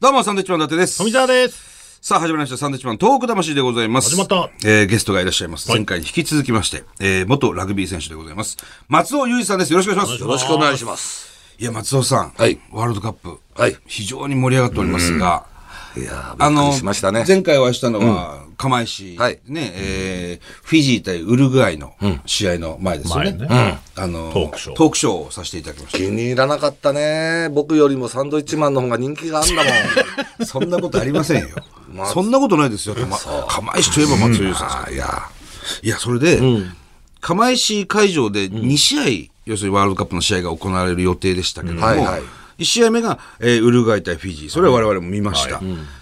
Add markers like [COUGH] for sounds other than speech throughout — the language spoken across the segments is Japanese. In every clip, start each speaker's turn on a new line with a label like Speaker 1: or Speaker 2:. Speaker 1: どうも、サンドイッチマン伊達です。
Speaker 2: 富澤です。
Speaker 1: さあ、始まりました。サンドイッチマントーク魂でございます。
Speaker 2: 始まった
Speaker 1: えーゲストがいらっしゃいます。
Speaker 2: はい
Speaker 1: 前回に引き続きまして、えー元ラグビー選手でございます。松尾雄二さんです。よろしくお願いします。
Speaker 3: よろしくお願いします。
Speaker 1: いや、松尾さん。
Speaker 3: はい
Speaker 1: ワールドカップ。
Speaker 3: はい
Speaker 1: 非常に盛り上がっておりますが、
Speaker 3: い
Speaker 1: あ
Speaker 3: やー、びっく
Speaker 1: の
Speaker 3: りしましたね。
Speaker 1: 前回お会いしたのは、釜石、
Speaker 3: はい
Speaker 1: ね、えーフィジー対ウルグアイの試合の前ですよね。
Speaker 2: 前ね
Speaker 1: あの
Speaker 2: トークショー
Speaker 1: トークショーをさせていただきまし
Speaker 3: 気に入らなかったね。僕よりもサンドイッチマンの方が人気があんだもん。
Speaker 1: た。 [LAUGHS] そんなことありませんよ。そんなことないですよ。ま釜石といえば松尾雄二さんですから、いや、いや、それで、釜石会場で2試合、要するにワールドカップの試合が行われる予定でしたけども、
Speaker 3: はいはい
Speaker 1: 1試合目が、えーウルグアイ対フィジー、それは我々も見ました。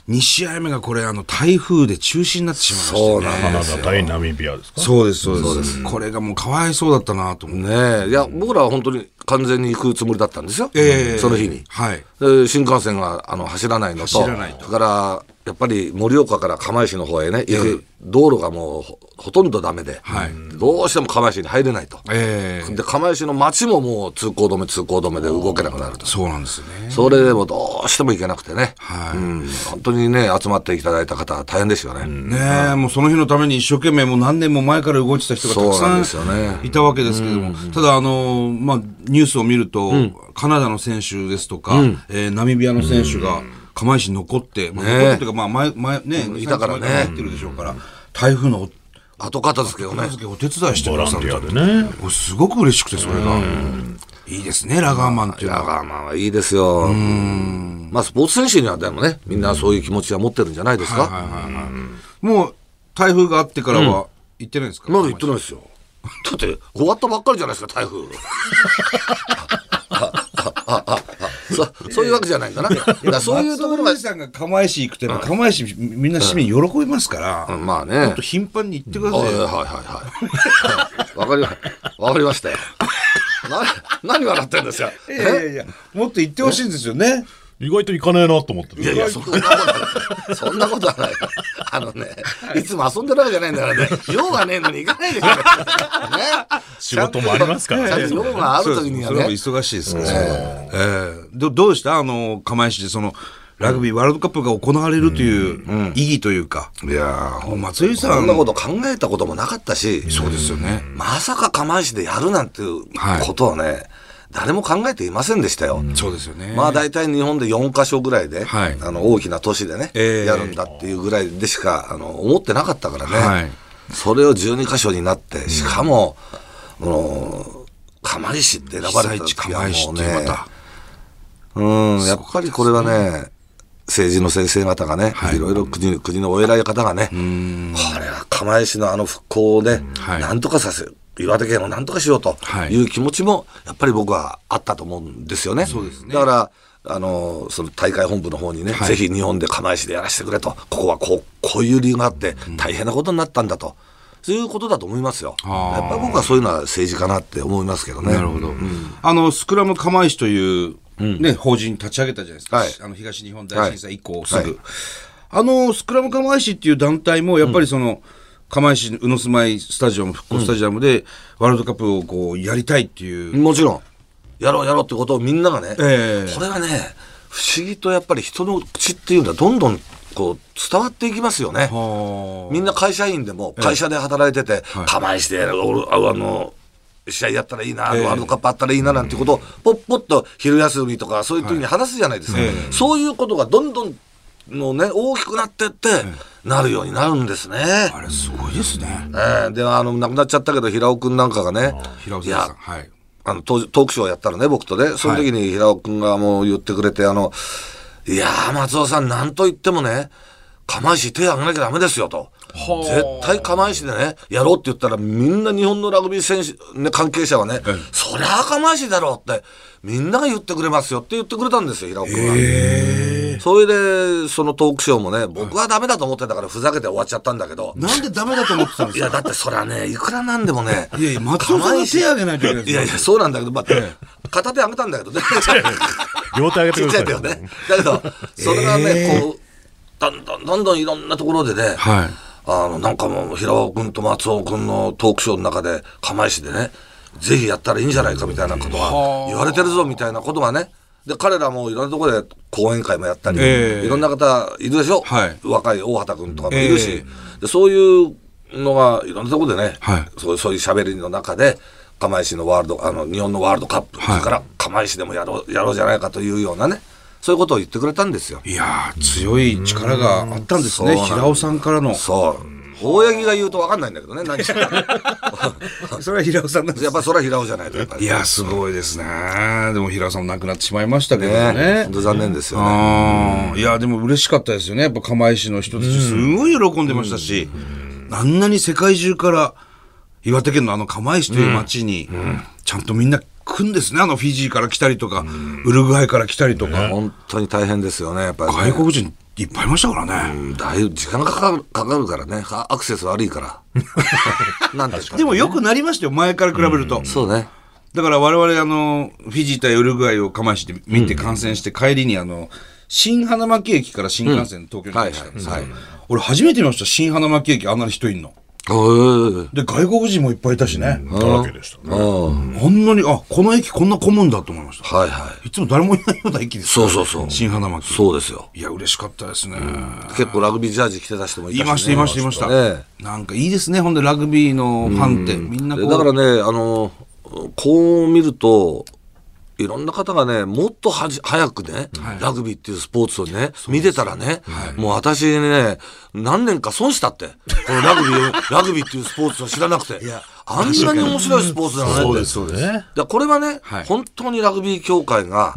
Speaker 1: 2試合目がこれ、あの、台風で中止になってしまいましたね。
Speaker 3: そうなん
Speaker 2: カ
Speaker 3: で
Speaker 2: ナ
Speaker 3: す
Speaker 2: ダ対ナミビアですか
Speaker 1: そうです、そうです。これがもうかわいそうだったなと思って。
Speaker 3: [LAUGHS] ねえ。いや、僕らは本当に完全に行くつもりだったんですよ。
Speaker 1: ええ
Speaker 3: その日に。
Speaker 1: はい。
Speaker 3: で新幹線があの走らないのと、
Speaker 1: 走らないと
Speaker 3: だから、やっぱり盛岡から釜石の方へね、行く道路がもうほほとんどダメで、
Speaker 1: はい
Speaker 3: どうしても釜石に入れないと。
Speaker 1: ええ
Speaker 3: で、釜石の街ももう通行止め、通行止めで動けなくなると。
Speaker 1: そうなんですよね。
Speaker 3: それでもどうしても行けなくてね。
Speaker 1: はい
Speaker 3: うん、本当にね、集まっていただいた方、大変ですよね。
Speaker 1: ねえ、もうその日のために一生懸命もう何年も前から動いてた人がたく
Speaker 3: そうなんです
Speaker 1: さ
Speaker 3: よ
Speaker 1: ん
Speaker 3: ね
Speaker 1: いたわけですけども、ただあのーまあ、ニュースを見ると、カナダの選手ですとか、えーナミビアの選手が釜石に残って、まあ、
Speaker 3: ね
Speaker 1: 残ってというか、まあ、前、前、ね、
Speaker 3: いたからね
Speaker 1: 前入ってるでしょうから、台風のお
Speaker 3: 後片付けをね
Speaker 1: 片。付けお手伝いして
Speaker 2: ボ
Speaker 1: くだ
Speaker 2: ラ
Speaker 1: さ
Speaker 2: ン
Speaker 1: っ
Speaker 2: ティ
Speaker 1: た
Speaker 2: アでね。
Speaker 1: もうすごく嬉しくて、それが。いいですね、ラガーマンっていうの
Speaker 3: ラ
Speaker 1: は。
Speaker 3: ガーマンはいいですよ。まあ、スポーツ選手にはでもね、みんなそういう気持ちは持ってるんじゃないですか。
Speaker 1: もう台風があってからは行ってないですか、
Speaker 3: まだ言ってないですよ。だって、終わったばっかりじゃないですか、台
Speaker 1: [LAUGHS]
Speaker 3: 風。 [LAUGHS] あああああそそういうわけじゃないんだな。だからそういうところが
Speaker 1: 松尾、さんが釜石行くっていうのは釜石みんな市民喜びますから、
Speaker 3: う
Speaker 1: も
Speaker 3: んまあね
Speaker 1: っと。頻繁に行ってくだ
Speaker 3: は
Speaker 1: さ
Speaker 3: いはい
Speaker 1: いよ。
Speaker 3: はい [LAUGHS] はい。わかりま、わかりましたよ。な、何笑ってんですか。
Speaker 1: いやいやいや、もっと行ってほしいんですよね。
Speaker 2: 意外と行かねえなと思って
Speaker 3: いやいや、そんなことない。そんなことはない。あのね、いつも遊んでるわけじゃないんだからね、用がねえのに行かないでしょ。ね。
Speaker 2: 仕事もありますからね
Speaker 3: ちゃんと用があるときには
Speaker 1: それも
Speaker 3: ね。
Speaker 1: 忙しいですからね。ええどどうでしたあの、釜石でその、ラグビーワールドカップが行われるという意義というか。
Speaker 3: いや
Speaker 1: もう松井さ
Speaker 3: そん
Speaker 1: ん、
Speaker 3: なこと考えたこともなかったし、
Speaker 1: そうですよね。
Speaker 3: まさか釜石でやるなんていうことをね、誰も考えていませんでしたよ。
Speaker 1: そうですよね。
Speaker 3: まあ大体日本で4カ所ぐらいで、
Speaker 1: はい
Speaker 3: あの大きな都市でね、
Speaker 1: ええ
Speaker 3: やるんだっていうぐらいでしかあの思ってなかったからね、
Speaker 1: はい
Speaker 3: それを12カ所になって、しかも、この釜石って選ばれ
Speaker 1: 被
Speaker 3: た
Speaker 1: 災地
Speaker 3: 時
Speaker 1: 釜
Speaker 3: は
Speaker 1: 石
Speaker 3: も
Speaker 1: っ
Speaker 3: う
Speaker 1: ていうま
Speaker 3: ね、
Speaker 1: た。
Speaker 3: うん、やっぱりこれはね、政治の先生方がね、
Speaker 1: はい
Speaker 3: い、ろいろ国国のお偉い方がね、これは釜石のあの復興をね、
Speaker 1: はい
Speaker 3: なんとかさせる、岩手県をなんとかしようと
Speaker 1: はい
Speaker 3: いう気持ちも、やっぱり僕はあったと思うんですよね。だからあのその大会本部の方にね、
Speaker 1: はい
Speaker 3: ぜひ日本で釜石でやらせてくれと、ここはこうこういう理由があって、大変なことになったんだと、そういうことだと思いますよ。
Speaker 1: あー
Speaker 3: やっぱり僕はそういうのは政治かなって思いますけどね。
Speaker 1: なるほど。あの、スクラム釜石という、ね、法人立ち上げたじゃないですか。
Speaker 3: はい
Speaker 1: あの、東日本大震災以降、すぐ、あの、スクラム釜石っていう団体も、やっぱりその、釜石宇野住まいスタジアム、復興スタジアムで、ワールドカップをこう、やりたいっていう。
Speaker 3: もちろん、やろうやろうってことをみんながね、
Speaker 1: ええ
Speaker 3: これはね、不思議とやっぱり人の口っていうのはどんどんこう伝わっていきますよね。
Speaker 1: は
Speaker 3: みんな会社員でも会社で働いてて、釜石で俺ああの試合やったらいいな、ワールドカップあったらいいななんてことを、ぽっぽっと昼休みとか、そういう時に話すじゃないですか、
Speaker 1: え
Speaker 3: そういうことがどんどんの、ね、大きくなってって、なるようになるんですね。
Speaker 1: あれ、すごいですね。
Speaker 3: ええであの亡くなっちゃったけど、平尾君なんかがね、
Speaker 1: 平尾
Speaker 3: い
Speaker 1: さん
Speaker 3: や。
Speaker 1: はい。
Speaker 3: あのトートークショーやったのね、僕とね、その時に平尾君がもう言ってくれて、あの、いやー、松尾さん、なんと言ってもね、釜石手挙げなきゃダメですよと。絶対釜石でね、やろうって言ったら、みんな日本のラグビー選手、ね、関係者はね、そりゃあ釜石だろうって、みんなが言ってくれますよって言ってくれたんですよ、平尾君は。それで、そのトークショーもね、僕はダメだと思ってたから、ふざけて終わっちゃったんだけど、
Speaker 1: なんでダメだと思ってたんで
Speaker 3: い
Speaker 1: すか
Speaker 3: や、だってそりゃね、いくらなんでもね、
Speaker 1: いやいや松尾さんが手挙げないといけないです
Speaker 3: いやいや、そうなんだけど、まあ、片手上げたんだけどね。
Speaker 2: 両手上げて
Speaker 3: ち
Speaker 2: く
Speaker 3: っ
Speaker 2: ださ
Speaker 3: ちゃい
Speaker 2: い
Speaker 3: んだよね。だけど、それがね、こう、どんどんどんどんいろんなところでね、
Speaker 1: はい。
Speaker 3: あの、なんかもう、平尾君と松尾君のトークショーの中で、釜石でね、ぜひやったらいいんじゃないかみたいなことが言われてるぞみたいなことがね、で、彼らもいろんなところで講演会もやったり、
Speaker 1: ええ
Speaker 3: いろんな方いるでしょ、
Speaker 1: はい
Speaker 3: 若い大畑君とかもいるし、
Speaker 1: え
Speaker 3: でそういうのがいろんなところでね、
Speaker 1: はい
Speaker 3: そうそういう喋りの中で、釜石のワールド、あの、日本のワールドカップ、
Speaker 1: はい
Speaker 3: それから釜石でもやろう、やろうじゃないかというようなね、そういうことを言ってくれたんですよ。
Speaker 1: いやー、強い力があったんですね。
Speaker 3: うんそうなんだ
Speaker 1: 平尾さんからの。
Speaker 3: そう。大八木が言うと分かんないんだけどね、何してるか
Speaker 1: それは平尾さんなん
Speaker 3: やっぱそれは平尾じゃないと、やっぱり。
Speaker 1: いや、すごいですね。でも平尾さんも亡くなってしまいましたけど
Speaker 3: ね
Speaker 1: ね
Speaker 3: 本。当残念ですよね。
Speaker 1: あーいや、でも嬉しかったですよね。やっぱ釜石の人たち、すごい喜んでましたし、あんなに世界中から、岩手県のあの釜石という町に、ちゃんとみんな来るんですね。あのフィジーから来たりとか、ウルグアイから来たりとか、
Speaker 3: 本当に大変ですよね、やっぱりね、
Speaker 1: 外国人いっぱいいましたからね。
Speaker 3: だいぶ時間がかかるかかるからね。あアクセス悪
Speaker 1: [LAUGHS]
Speaker 3: いから。なんでしょう
Speaker 1: でも良くなりましたよ、前から比べると。
Speaker 3: そうね。
Speaker 1: だから我々あの、フィジー対ウルグアイを釜石で見て観戦して、帰りにあの、新花巻駅から新幹線東京に来ましたんですよ
Speaker 3: はいはい
Speaker 1: 俺初めて見ました、新花巻駅あんなに人いんの。
Speaker 3: うん。
Speaker 1: で、外国人もいっぱいいたしね。
Speaker 2: だらけでしたね。
Speaker 3: は
Speaker 1: あんなに、あ、この駅こんな混むんだと思いました。
Speaker 3: いはい。
Speaker 1: いつも誰もいないような駅です
Speaker 3: そうそうそう
Speaker 1: 新花巻。
Speaker 3: そうですよ。
Speaker 1: いや、嬉しかったですね。
Speaker 3: 結構ラグビージャージ着てた人もい
Speaker 1: い
Speaker 3: た
Speaker 1: ました、いました、いました。なんかいいですね、ほんでラグビーのファンって、みんなこ
Speaker 3: で
Speaker 1: う。
Speaker 3: だからね、あの、こう見ると、いろんな方がね、もっとはじ早くね、ラグビーっていうスポーツをね、見てたらね、もう私ね、何年か損したって、このラグビーを、ラグビーっていうスポーツを知らなくて、あんなに面白いスポーツだねって。
Speaker 2: そうですね。
Speaker 3: だからこれはね、
Speaker 1: はい
Speaker 3: 本当にラグビー協会が、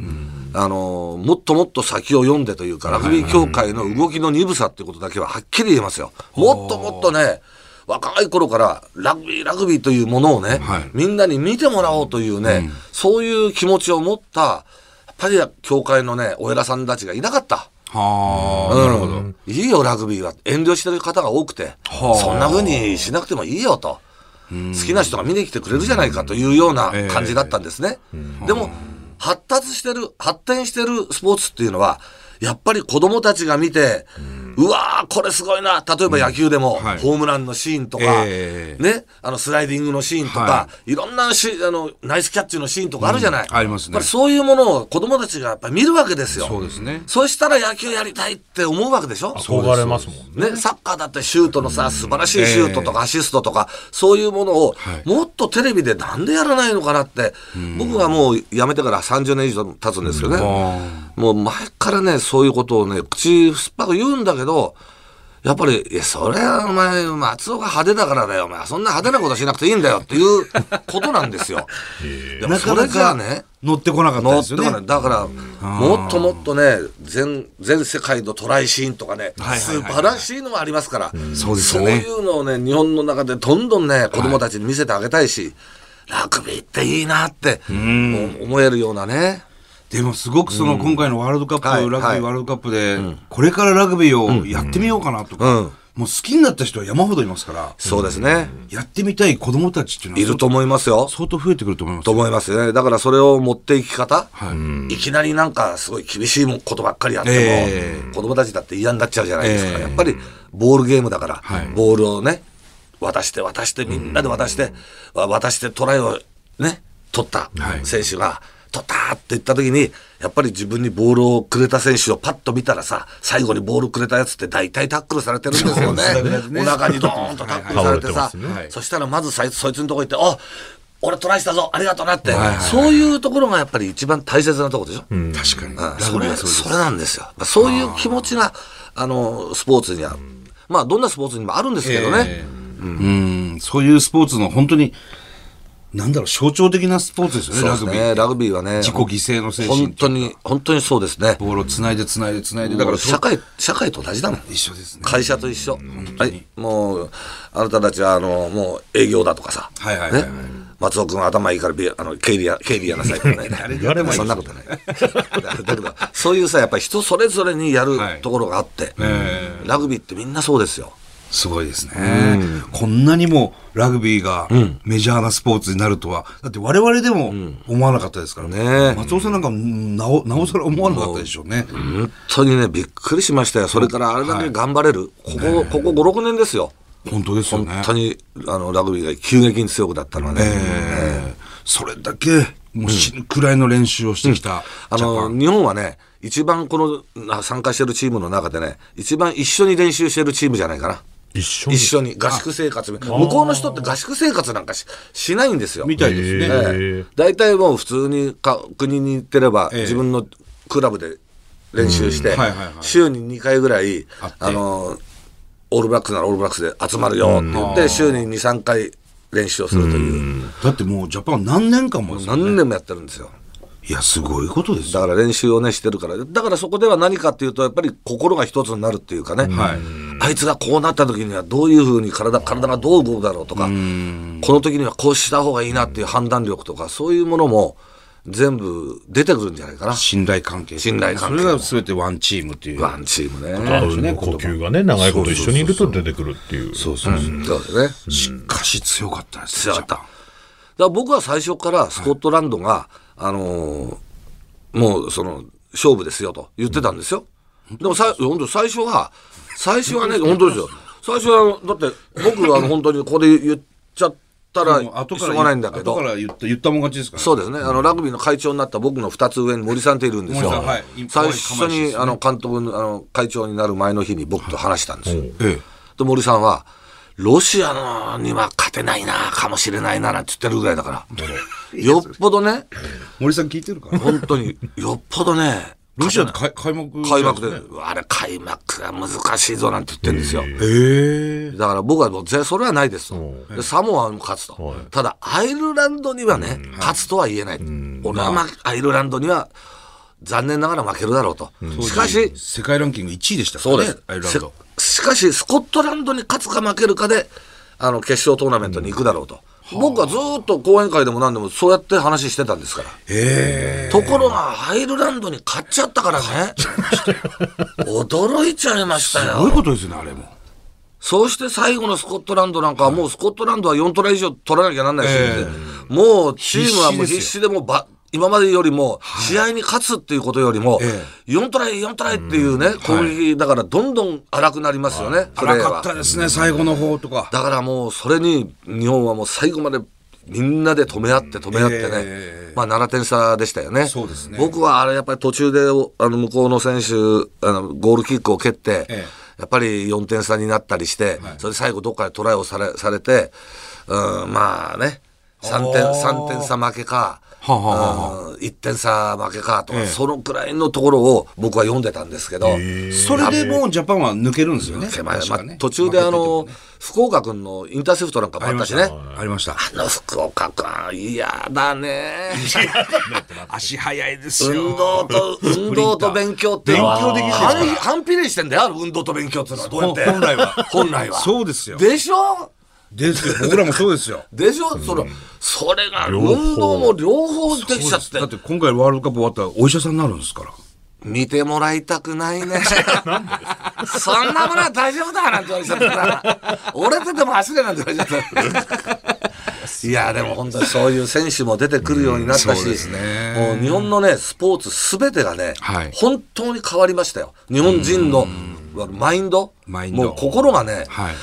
Speaker 3: あのもっともっと先を読んでというか、ラグビー協会の動きの鈍さっていうことだけははっきり言えますよ。もっともっとね、若い頃からラグビー、ラグビーというものをね、
Speaker 1: はい
Speaker 3: みんなに見てもらおうというね、そういう気持ちを持った、やっぱり協会のね、お偉さんたちがいなかった。
Speaker 1: はあ、なるほど。
Speaker 3: いいよ、ラグビーは。遠慮してる方が多くて、
Speaker 1: はあ
Speaker 3: そんな風にしなくてもいいよと。好きな人が見に来てくれるじゃないかというような感じだったんですね。でも、発達してる、発展してるスポーツっていうのは、やっぱり子供たちが見て、うわー、これすごいな。例えば野球でも、
Speaker 1: はい
Speaker 3: ホームランのシーンとか、
Speaker 1: ええ
Speaker 3: ね、あの、スライディングのシーンとか、、
Speaker 1: はい
Speaker 3: ろんなシーンあの、ナイスキャッチのシーンとかあるじゃない。
Speaker 1: うんありますね
Speaker 3: やっぱりそういうものを子供たちがやっぱり見るわけですよ。
Speaker 1: そうですね。
Speaker 3: そうしたら野球やりたいって思うわけでしょ
Speaker 2: 憧れますもんね。
Speaker 3: ね、サッカーだってシュートのさ、素晴らしいシュートとかアシストとか、そういうものを
Speaker 1: はい、
Speaker 3: もっとテレビでなんでやらないのかなって、僕はもう辞めてから30年以上経つんですけどね、
Speaker 1: あ
Speaker 3: もう前からね、そういうことをね、口酸っぱく言うんだけど、やっぱり、いや、それはお前、松尾が派手だからだよ、お前。そんな派手なことしなくていいんだよっていうことなんですよ。でも
Speaker 1: な
Speaker 3: そ
Speaker 1: か
Speaker 3: れ
Speaker 1: な
Speaker 3: じゃあ
Speaker 1: か
Speaker 3: ね、
Speaker 1: 乗ってこなかった
Speaker 3: 乗
Speaker 1: で
Speaker 3: っ
Speaker 1: す
Speaker 3: て
Speaker 1: よ
Speaker 3: こない
Speaker 1: ね。
Speaker 3: だから、もっともっとね、全、全世界のトライシーンとかね、
Speaker 1: はいはいはい
Speaker 3: 素晴らしいのもありますから、
Speaker 1: そうですよね
Speaker 3: そういうのをね、日本の中でどんどんね、子供たちに見せてあげたいし、ラグビーっていいなって、お思えるようなね。
Speaker 1: でもすごくその今回のワールドカップ、
Speaker 3: は
Speaker 1: ラグ
Speaker 3: い
Speaker 1: ビ
Speaker 3: は
Speaker 1: ー
Speaker 3: い
Speaker 1: ワールドカップで、これからラグビーをやってみようかなとか、
Speaker 3: うん
Speaker 1: もう好きになった人は山ほどいますから、
Speaker 3: そうですね。
Speaker 1: やってみたい子供たちっていうのはい
Speaker 3: ると思いますよ。
Speaker 1: 相当増えてくると思います
Speaker 3: と。思いますよね。だからそれを持っていき方、
Speaker 1: はい
Speaker 3: いきなりなんかすごい厳しいもことばっかりやっても、
Speaker 1: ええ
Speaker 3: 子供たちだって嫌になっちゃうじゃないですか。
Speaker 1: ええ
Speaker 3: やっぱりボールゲームだから、
Speaker 1: はい
Speaker 3: ボールをね、渡して渡して、みんなで渡して、わ渡してトライをね、取った
Speaker 1: はい
Speaker 3: 選手が、取ったーって言った時に、やっぱり自分にボールをくれた選手をパッと見たらさ、最後にボールくれたやつって大体タックルされてるんですよね
Speaker 1: そうです。ね
Speaker 3: お腹にドーンとタックルされて
Speaker 2: 倒れ
Speaker 3: さ、
Speaker 2: てますね
Speaker 1: はい
Speaker 3: そしたらまずそいつそいつのとこ行って、あ俺トライしたぞありがとうなって、
Speaker 1: はいはいはい
Speaker 3: そういうところがやっぱり一番大切なところでしょ、うん
Speaker 1: 確かに。ラ
Speaker 3: そ
Speaker 1: グビー
Speaker 3: れ
Speaker 1: はそうです。
Speaker 3: それなんですよそういう気持ちがあのスポーツには、まあどんなスポーツにもあるんですけどね、
Speaker 1: ええうん、そういうスポーツの本当に、なんだろう、象徴的なスポーツですよね、
Speaker 3: そうで
Speaker 1: ラ
Speaker 3: す
Speaker 1: グビ
Speaker 3: ね
Speaker 1: ー。
Speaker 3: ラグビーはね
Speaker 1: 自己犠牲の精神
Speaker 3: 本当に本当にそうですね
Speaker 1: ボールを繋いで繋いで繋いで、だ
Speaker 3: だ
Speaker 1: か
Speaker 3: からら社会社会と同じだもん
Speaker 1: 一緒ですね。
Speaker 3: 会社と一緒、はい、もうあなたたちはあのもう営業だとかさ、
Speaker 1: はいはいはいはい
Speaker 3: ね、松尾君頭いいからビあの経理や経理やなさいとか
Speaker 1: [LAUGHS]
Speaker 3: ね
Speaker 2: 言われもいい
Speaker 3: そんなことない [LAUGHS] だけどそういうさやっぱり人それぞれにやる
Speaker 1: はい
Speaker 3: ところがあって、
Speaker 1: ええ
Speaker 3: ラグビーってみんなそうですよ
Speaker 1: すごいですね。こんなにもラグビーがメジャーなスポーツになるとは、だって我々でも思わなかったですから
Speaker 3: ねえ
Speaker 1: 松尾さんなんかなおなおさら思わなかったでしょうね。
Speaker 3: 本当にねびっくりしましたよそれからあれだけ頑張れる、ここここ56年ですよ
Speaker 1: 本当ですよね
Speaker 3: 本。当にあのラグビーが急激に強くなったのはね、
Speaker 1: ええそれだけもう死ぬくらいの練習をしてきた、
Speaker 3: あ
Speaker 1: ジャパ
Speaker 3: の
Speaker 1: ン
Speaker 3: 日本はね、一番このあ参加してるチームの中でね、一番一緒に練習してるチームじゃないかな。
Speaker 2: 一緒に
Speaker 3: 一緒に合宿生活み向こうの人って合宿生活なんかししないんですよ。
Speaker 1: みたいですね。
Speaker 2: へ
Speaker 3: ええ大体もう普通にか国に行ってれば、
Speaker 1: え
Speaker 3: 自分のクラブで練習して、
Speaker 1: はいはいはい
Speaker 3: 週に2回ぐらい
Speaker 1: 会って
Speaker 3: あのオールブラックスならオールブラックスで集まるよって言って、週に23回練習をするという、
Speaker 1: だってもうジャパン何年間もですよね
Speaker 3: 何年もやってるんですよ。
Speaker 1: いや、すごいことです
Speaker 3: だ
Speaker 1: よ。
Speaker 3: から練習をねしてるからだからそこでは何かっていうとやっぱり心が一つになるっていうかね、
Speaker 1: はい
Speaker 3: あいつがこうなった時にはどういうふうに体体がどう動くだろうとかこの時にはこうした方がいいなっていう判断力とかそういうものも全部出てくるんじゃないかな
Speaker 1: 信頼関係。
Speaker 3: 信頼関係
Speaker 1: それが全てワンチームっていう。
Speaker 3: ワンチームね。
Speaker 2: あうん呼吸がね、長いこと一緒にいると出てくるっていう。
Speaker 1: そうそうそう。
Speaker 3: そうですね
Speaker 1: しかし強かったです
Speaker 3: 強かった。だから僕は最初からスコットランドが、あのーもうその勝負ですよと言ってたんですよ。でもさ本当最初は最初
Speaker 1: [LAUGHS]
Speaker 3: はね本当ですよ。最初はだって僕はあの本当にここで言っちゃったら
Speaker 1: ジャパンもう後
Speaker 3: し
Speaker 1: か
Speaker 3: ょ
Speaker 1: ら
Speaker 3: うがないんだけ
Speaker 1: 後か
Speaker 3: ど。
Speaker 1: ら言った言ったもん勝ちですからね。
Speaker 3: そうですね、あのラグビーの会長になった僕の2つ上に森さんっているんですよ、
Speaker 1: 森さんはい
Speaker 3: 最初
Speaker 1: はい釜石で
Speaker 3: に
Speaker 1: すね
Speaker 3: あの監督のあの会長になる前の日に僕と話したんですよ、
Speaker 1: ええ。
Speaker 3: で森さんはロシアのには勝てないなかもしれないななんて言ってるぐらいだからよっぽどね
Speaker 1: 森さん聞いてるかな
Speaker 3: 本当によっぽどね
Speaker 1: [LAUGHS] ロシアって開開幕
Speaker 3: 開幕であれ開幕が難しいぞなんて言ってるんですよ
Speaker 1: ええ。
Speaker 3: だから僕はもうぜそれはないですと
Speaker 2: う
Speaker 3: でサモアも勝つと
Speaker 2: はい
Speaker 3: ただアイルランドにはね勝つとは言えない俺はまあアイルランドには残念ながら負けるだろうとしかし
Speaker 1: 世界ランキング1位でしたか
Speaker 3: そ
Speaker 1: ら
Speaker 3: う
Speaker 1: ね。
Speaker 3: です。
Speaker 1: アイルランド。
Speaker 3: ししかし、スコットランドに勝つか負けるかで、あの、決勝トーナメントに行くだろうと。僕はずーっと講演会でも何でもそうやって話してたんですから。
Speaker 1: え
Speaker 3: ところが、アイルランドに勝っちゃったからね。驚いちゃいました
Speaker 1: え。どういう
Speaker 3: よ。
Speaker 1: ことですよね、あれも。
Speaker 3: そうして最後のスコットランドなんかはもうスコットランドは4トライ以上取らなきゃなんないし、
Speaker 1: え
Speaker 3: もうチームはもう
Speaker 1: 必死ですよ
Speaker 3: 必死でもうば、今までよりも試合に勝つっていうことよりも、
Speaker 1: え
Speaker 3: 4トライ、4トライっていうね、攻撃だからどんどん荒くなりますよね、プレー
Speaker 1: 荒か
Speaker 3: は
Speaker 1: っ。たですね、最後の方とか。
Speaker 3: だからもうそれに日本はもう最後までみんなで止め合って止め合ってね、
Speaker 1: え
Speaker 3: まあ、7点差でしたよね
Speaker 1: そうですね
Speaker 3: 僕はあれやっぱり途中でおあの向こうの選手あのゴールキックを蹴って、
Speaker 1: ええ
Speaker 3: やっぱり4点差になったりして、それで最後どっかでトライをされされて、うん、まあね3点
Speaker 1: あー
Speaker 3: ,3 点差負けか、
Speaker 1: はあはあは
Speaker 3: うん1点差負けかとか、
Speaker 1: ええ
Speaker 3: そのくらいのところを僕は読んでたんですけど。
Speaker 1: それでもうジャパンは抜けるんですよね。
Speaker 3: 手前
Speaker 1: 確
Speaker 3: ま
Speaker 1: かね
Speaker 3: 途中であの、
Speaker 1: 負けててもね
Speaker 3: 福岡君のインターセプトなんかもあったしね。
Speaker 1: ありました。
Speaker 3: あの福岡君、嫌だね。
Speaker 1: 足早いですよ。
Speaker 3: 運動と、運動と勉強っていうのは、
Speaker 1: 勉強できてる
Speaker 3: 反反比例してんだよ、あの運動と勉強っていうのは、どうやって。
Speaker 1: 本来は
Speaker 3: [LAUGHS] 本来は。
Speaker 1: そうですよ
Speaker 3: でしょ
Speaker 1: ですよ僕らもそう
Speaker 3: [LAUGHS]
Speaker 1: ですよ。
Speaker 3: でしょその、それが、
Speaker 2: 両方
Speaker 3: 運動も両方できちゃって
Speaker 1: だっ。て今回ワールドカップ終わったらお医者さんになるんですから。
Speaker 3: 見てもらいた
Speaker 1: [LAUGHS]
Speaker 3: くないね。そんなものは大丈夫だなんて言われちゃったから。俺とでも走れなんて言われちゃった。いや、でも本当にそういう選手も出てくるようになったし、
Speaker 1: うんそうですね
Speaker 3: もう日本のね、スポーツすべてがね、
Speaker 1: はい
Speaker 3: 本当に変わりましたよ。日本人のマインド、
Speaker 1: マインド
Speaker 3: もう心がね、
Speaker 1: はい。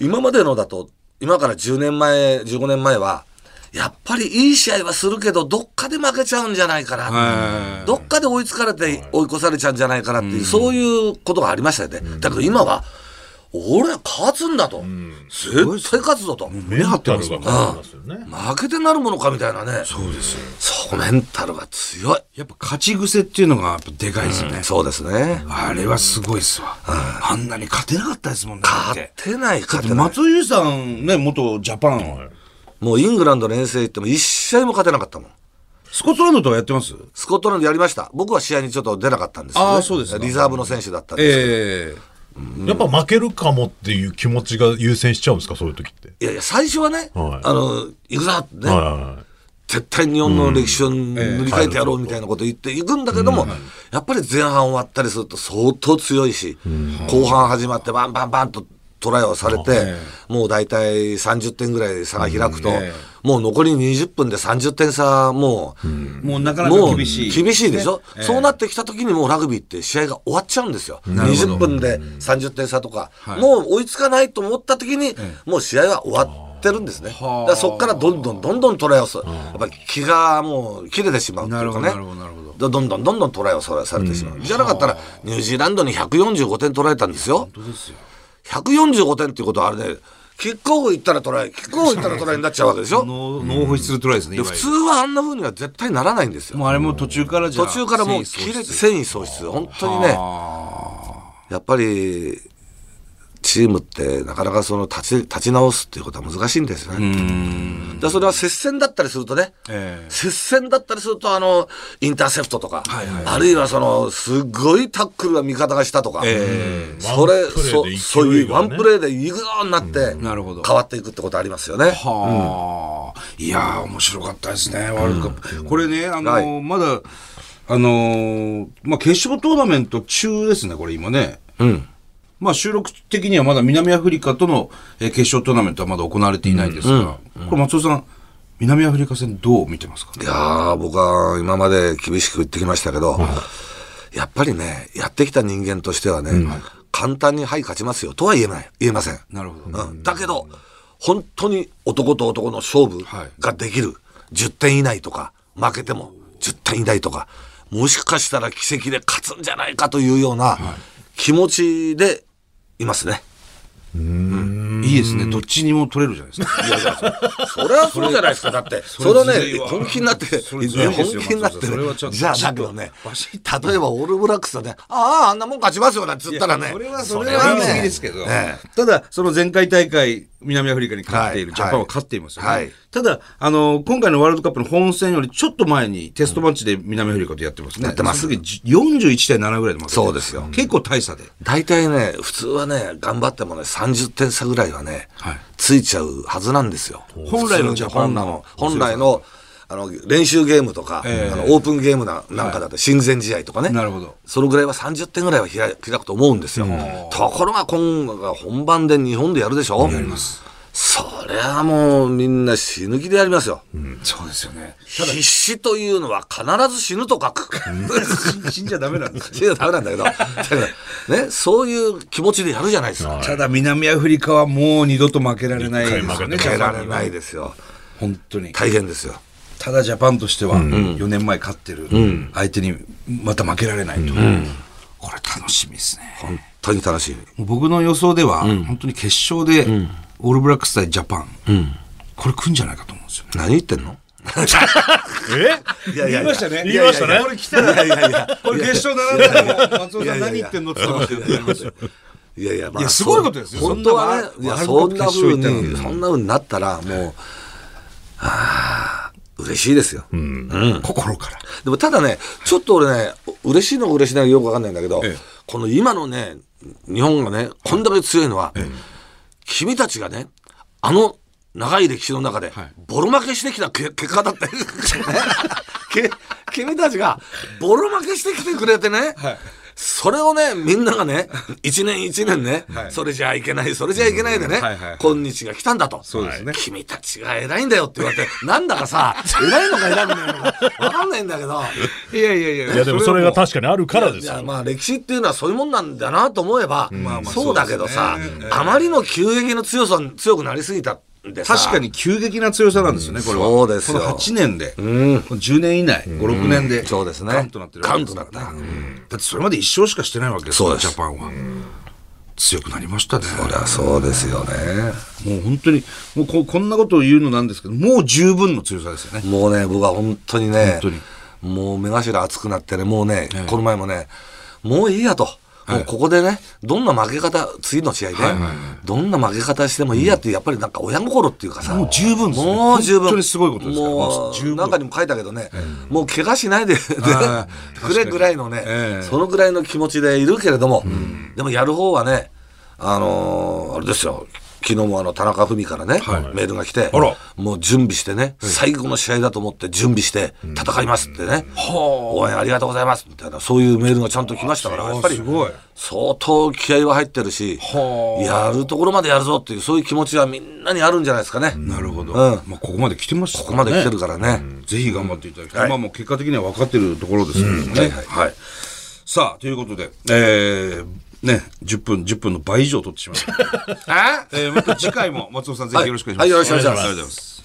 Speaker 3: 今までのだと、今から10年前、15年前は、やっぱりいい試合はするけど、どっかで負けちゃうんじゃないかな。
Speaker 1: は
Speaker 3: どっかで追いつかれて追い越されちゃうんじゃないかなっていう、そういうことがありましたよね。だけど今は、俺は勝つんだと。絶対勝つぞと。
Speaker 2: メンタルが変わりますよね。
Speaker 3: 負けてなるものかみたいなね。
Speaker 1: そうですよ。
Speaker 3: そう、メンタルが強い。
Speaker 1: やっぱ勝ち癖っていうのがやっぱでかいですよね。
Speaker 3: そうですね。
Speaker 1: あれはすごいですわ。あんなに勝てなかったですもんね。だっ
Speaker 3: 勝
Speaker 1: て
Speaker 3: てない、勝てない。
Speaker 1: 松井さんね、元ジャパン。
Speaker 3: もうイングランドの遠征行っても一試合も勝てなかったもん。
Speaker 1: スコットランドとはやってます
Speaker 3: スコットランドやりました。僕は試合にちょっと出なかったんですけどね
Speaker 1: あーそうですか
Speaker 3: リザーブの選手だったんですけど
Speaker 1: ええ
Speaker 2: やっぱ負けるかもっていう気持ちが優先しちゃうんですか、そういう時って。
Speaker 3: いやいや、最初はね、
Speaker 2: はい
Speaker 3: あの、行くぞってね、
Speaker 2: はいはいはい
Speaker 3: 絶対日本の歴史を塗り替えてやろうみたいなこと言っていくんだけども、やっぱり前半終わったりすると相当強いし、後半始まってバンバンバンとトライをされて、もう大体30点ぐらい差が開くと
Speaker 1: え、
Speaker 3: もう残り20分で30点差、もう、
Speaker 1: もうなかな
Speaker 3: も
Speaker 1: か
Speaker 3: う厳
Speaker 1: 厳しい。
Speaker 3: しいでしょ、
Speaker 1: ええ
Speaker 3: そうなってきた時にもうラグビーって試合が終わっちゃうんですよ。
Speaker 1: るほど
Speaker 3: 20分で30点差とか、もう追いつかないと思った時に、もう試合は終わってるんですね。だ
Speaker 1: はあ
Speaker 3: からそこからどんどんどんどんトライをす、やっぱり気がもう切れてしまうって
Speaker 1: ないる
Speaker 3: う
Speaker 1: ほ
Speaker 3: か
Speaker 1: ど、な。
Speaker 3: ね
Speaker 1: るほど、なるほど。
Speaker 3: どどんどんどんどんトライをされされてしまう。じゃなかったら、ニュージーランドに145点取られたんですよ。
Speaker 1: 本当ですよ。
Speaker 3: 145点っていうことはあれね、キックオフ行ったらトライ、キックオフ行ったらトライになっちゃうわけでしょ。
Speaker 1: ノーノーホイッスルトライですね、
Speaker 3: で普通はあんな風には絶対ならないんですよ。
Speaker 1: もうあれも途中からじゃ
Speaker 3: 途
Speaker 1: あ
Speaker 3: 中からもう
Speaker 1: 繊維
Speaker 3: 切
Speaker 1: 喪
Speaker 3: れて
Speaker 1: 失
Speaker 3: 繊維喪失本当にねやっぱりチームってなかなかその立ち立ち直すっていうことは難しいんですよね。だからそれは接戦だったりするとね、
Speaker 1: ええ
Speaker 3: 接戦だったりするとあのインターセプトとか、あるいはそのすごいタックルが味方がしたとか、
Speaker 1: え
Speaker 3: それ
Speaker 2: ワンプレーで勢いが
Speaker 3: そ
Speaker 2: ね
Speaker 3: そういうワンプレーでいくぞになって、
Speaker 1: なるほど
Speaker 3: 変わっていくってことありますよね。
Speaker 1: はあ、いやー面白かったですねワールドカップ、これねあのー
Speaker 3: は
Speaker 1: まだあのーまあ決勝トーナメント中ですねこれ今ね
Speaker 3: うん
Speaker 1: まあ収録的にはまだ南アフリカとのえー決勝トーナメントはまだ行われていないですが、これ松尾さん南アフリカ戦どう見てますか
Speaker 3: いやー、僕は今まで厳しく言ってきましたけど、やっぱりね、やってきた人間としてはね、簡単にはい勝ちますよとは言えない、言えません。
Speaker 1: なるほど、
Speaker 3: うん、だけど、本当に男と男の勝負
Speaker 1: はい
Speaker 3: ができる、10点以内とか、負けても10点以内とか、もしかしたら奇跡で勝つんじゃないかというような気持ちでいますね。
Speaker 1: いいですねどっちにも取れるじゃないですか
Speaker 3: いやいやそれはそうじゃないですか。だって、それ
Speaker 1: れ
Speaker 3: を
Speaker 1: ずる
Speaker 3: ね
Speaker 1: い、わ
Speaker 3: 本気になって、
Speaker 1: それずるい
Speaker 3: 本
Speaker 1: ですよ
Speaker 3: 気になって
Speaker 1: 松尾さんそれはちょ
Speaker 3: ね、
Speaker 1: っと
Speaker 3: じゃあだけどね、
Speaker 1: バシ
Speaker 3: 例えばオールブラックスはね、ああ、あんなもん勝ちますよなんて言ったらね、
Speaker 1: それはそ
Speaker 3: そ
Speaker 1: れ
Speaker 3: れ
Speaker 1: は
Speaker 3: は
Speaker 1: 言い過ぎ
Speaker 3: ね
Speaker 1: ですけど、
Speaker 3: え
Speaker 1: ただその前回大会南アフリカに勝っている、
Speaker 3: はい
Speaker 1: ジャパンは勝っていますよね、
Speaker 3: はい
Speaker 1: ただあの今回のワールドカップの本戦よりちょっと前にテストマッチで南アフリカとやってますね、
Speaker 3: やってます
Speaker 1: その時41対7ぐらいで負けてる
Speaker 3: そうですよ
Speaker 1: 結構大差で、
Speaker 3: 大体ね、普通はね、頑張ってもね、30点差ぐらいはね、
Speaker 1: はい
Speaker 3: ついちゃうはずなんですよ。
Speaker 1: 本来のジャパンの
Speaker 3: 本来の、あの、練習ゲームとか、
Speaker 1: ええ
Speaker 3: あのオープンゲームななんかだって、親善試合とかね。
Speaker 1: なるほど
Speaker 3: そのぐらいは30点ぐらいは開開くと思うんですよ。ところが今が本番で日本でやるでしょそりゃもうみんな死ぬ気でやりますよ。
Speaker 1: そうですよね
Speaker 3: 必死というのは必ず死ぬと書く。
Speaker 1: 死んじゃダメなんですよ
Speaker 3: 死ぬはダメなんだけど。だけど、ね、そういう気持ちでやるじゃないです
Speaker 1: [LAUGHS]
Speaker 3: か。
Speaker 1: ただ南アフリカはもう二度と負けられないですよね
Speaker 2: 一
Speaker 3: 変
Speaker 1: ジャ
Speaker 3: え
Speaker 1: パ
Speaker 3: ら
Speaker 1: ン
Speaker 3: れないですよ。
Speaker 1: 本当に
Speaker 3: 大変ですよ。
Speaker 1: ただジャパンとしては4年前勝ってる相手にまた負けられないと、これ楽しみですね
Speaker 3: 本当に楽しみ。
Speaker 1: 僕の予想では、本当に決勝で、オールブラックス対ジャパン、これ来んじゃないかと思うんですよね。
Speaker 3: 何言ってんの
Speaker 2: え
Speaker 3: いやい
Speaker 2: 言
Speaker 3: やいや
Speaker 2: いましたね。
Speaker 1: 来たら、これ決勝並んだら、松尾
Speaker 3: いや
Speaker 1: さ
Speaker 3: い
Speaker 1: ん
Speaker 3: やい
Speaker 1: 何
Speaker 3: や
Speaker 1: 言ってんのって言ってますよね
Speaker 3: いやいや、ま
Speaker 1: いやすごいことですよ
Speaker 3: そう本当はね、
Speaker 1: そん
Speaker 3: い
Speaker 1: な
Speaker 3: や、
Speaker 1: ワールドカッ
Speaker 3: そん
Speaker 1: プ
Speaker 3: な
Speaker 1: 決勝
Speaker 3: 風
Speaker 1: 行ったのに
Speaker 3: に、そんな風になったら、もう、ああ、嬉しいですよ。
Speaker 1: 心から。
Speaker 3: でもただね、ちょっと俺ね、嬉しいのか嬉しいのかよくわかんないんだけど、
Speaker 1: ええ
Speaker 3: この今のね、日本がね、こんだけ強いのは、君たちがね、あの長い歴史の中で、
Speaker 1: はい
Speaker 3: ボロ負けしてきたけ結果だって。 [LAUGHS] け君たちがボロ負けしてきてくれてね、
Speaker 1: はい
Speaker 3: それをね、みんながね、一年一年ね、
Speaker 1: はい
Speaker 3: それじゃいけない、それじゃいけないでね、
Speaker 1: はいはいはい
Speaker 3: 今日が来たんだと。
Speaker 1: そうですね
Speaker 3: 君たちが偉いんだよって言われて、なんだかさ、偉いのか偉くないのか、わかんないんだけど、
Speaker 1: いやいやいや
Speaker 2: いやでもそれが
Speaker 1: た
Speaker 2: 確かにあるからで
Speaker 3: い
Speaker 2: す
Speaker 3: や
Speaker 2: よ。
Speaker 3: まあ歴史っていうのはそういうもんなんだなと思えば、そうだけどさ、あまりの急激の強さ、強くなりすぎたんでさ。
Speaker 1: 確かに急激な強さなんですよね、これは。
Speaker 3: そうですよ
Speaker 1: この8年で、この10年以内、5、6年で、
Speaker 3: そうですね。
Speaker 1: ガンとなってるわけです
Speaker 3: ガ
Speaker 1: か
Speaker 3: ンと
Speaker 1: ら
Speaker 3: な
Speaker 1: ね
Speaker 3: った。
Speaker 1: だってそれまで一勝しかしてないわけですか
Speaker 3: そう
Speaker 1: ら、
Speaker 3: で
Speaker 1: ジ
Speaker 3: す
Speaker 1: ャパンは。強くなりましたね。
Speaker 3: そりゃそうですよね。
Speaker 1: もう本当に、もうここんなことを言うのなんですけど、もう十分の強さですよね。
Speaker 3: もうね、僕は本当にね、
Speaker 1: 本
Speaker 3: もう目頭熱くなってね、もうね、この前もね、もういいやと。もうここでね、どんな負け方、次の試合で、どんな負け方してもいいやって、やっぱりなんか親心っていうかさ、
Speaker 1: もう十分ですね
Speaker 3: もう十分。
Speaker 1: 本当にすごいことですから
Speaker 3: も
Speaker 1: もう十
Speaker 3: う、
Speaker 1: 分
Speaker 3: 中にも書いたけどね、もう怪我しないで、ね
Speaker 1: あー
Speaker 3: くれぐらいのね、
Speaker 1: ええ
Speaker 3: そのぐらいの気持ちでいるけれども、でもやる方はね、あのーあれですよ、昨日もあの田中文からね、メールが来て、
Speaker 1: あら
Speaker 3: もう準備してね、最後の試合だと思って準備して戦いますってね、応援ありがとうございますみたいな、そういうメールがちゃんと来ましたから、
Speaker 1: あ
Speaker 3: やっぱり
Speaker 1: すごい
Speaker 3: 相当気合は入ってるし、やるところまでやるぞっていう、そういう気持ちはみんなにあるんじゃないですかね。
Speaker 1: なるほど。
Speaker 3: ん
Speaker 1: まあここまで来てます
Speaker 3: ここまで来てる
Speaker 1: か
Speaker 3: からね。
Speaker 1: らね。ぜひ頑張っていただきたい。
Speaker 3: はい
Speaker 1: まあもう結果的には分かってるところですけどね。はい。さあ、ということで、えーね、10分、10分の倍以上取ってしまう。
Speaker 3: え [LAUGHS]
Speaker 1: えーまた次回も松尾さんぜひよろしくお願いします。
Speaker 3: はいよろしくお願いします
Speaker 1: ありがとうございます。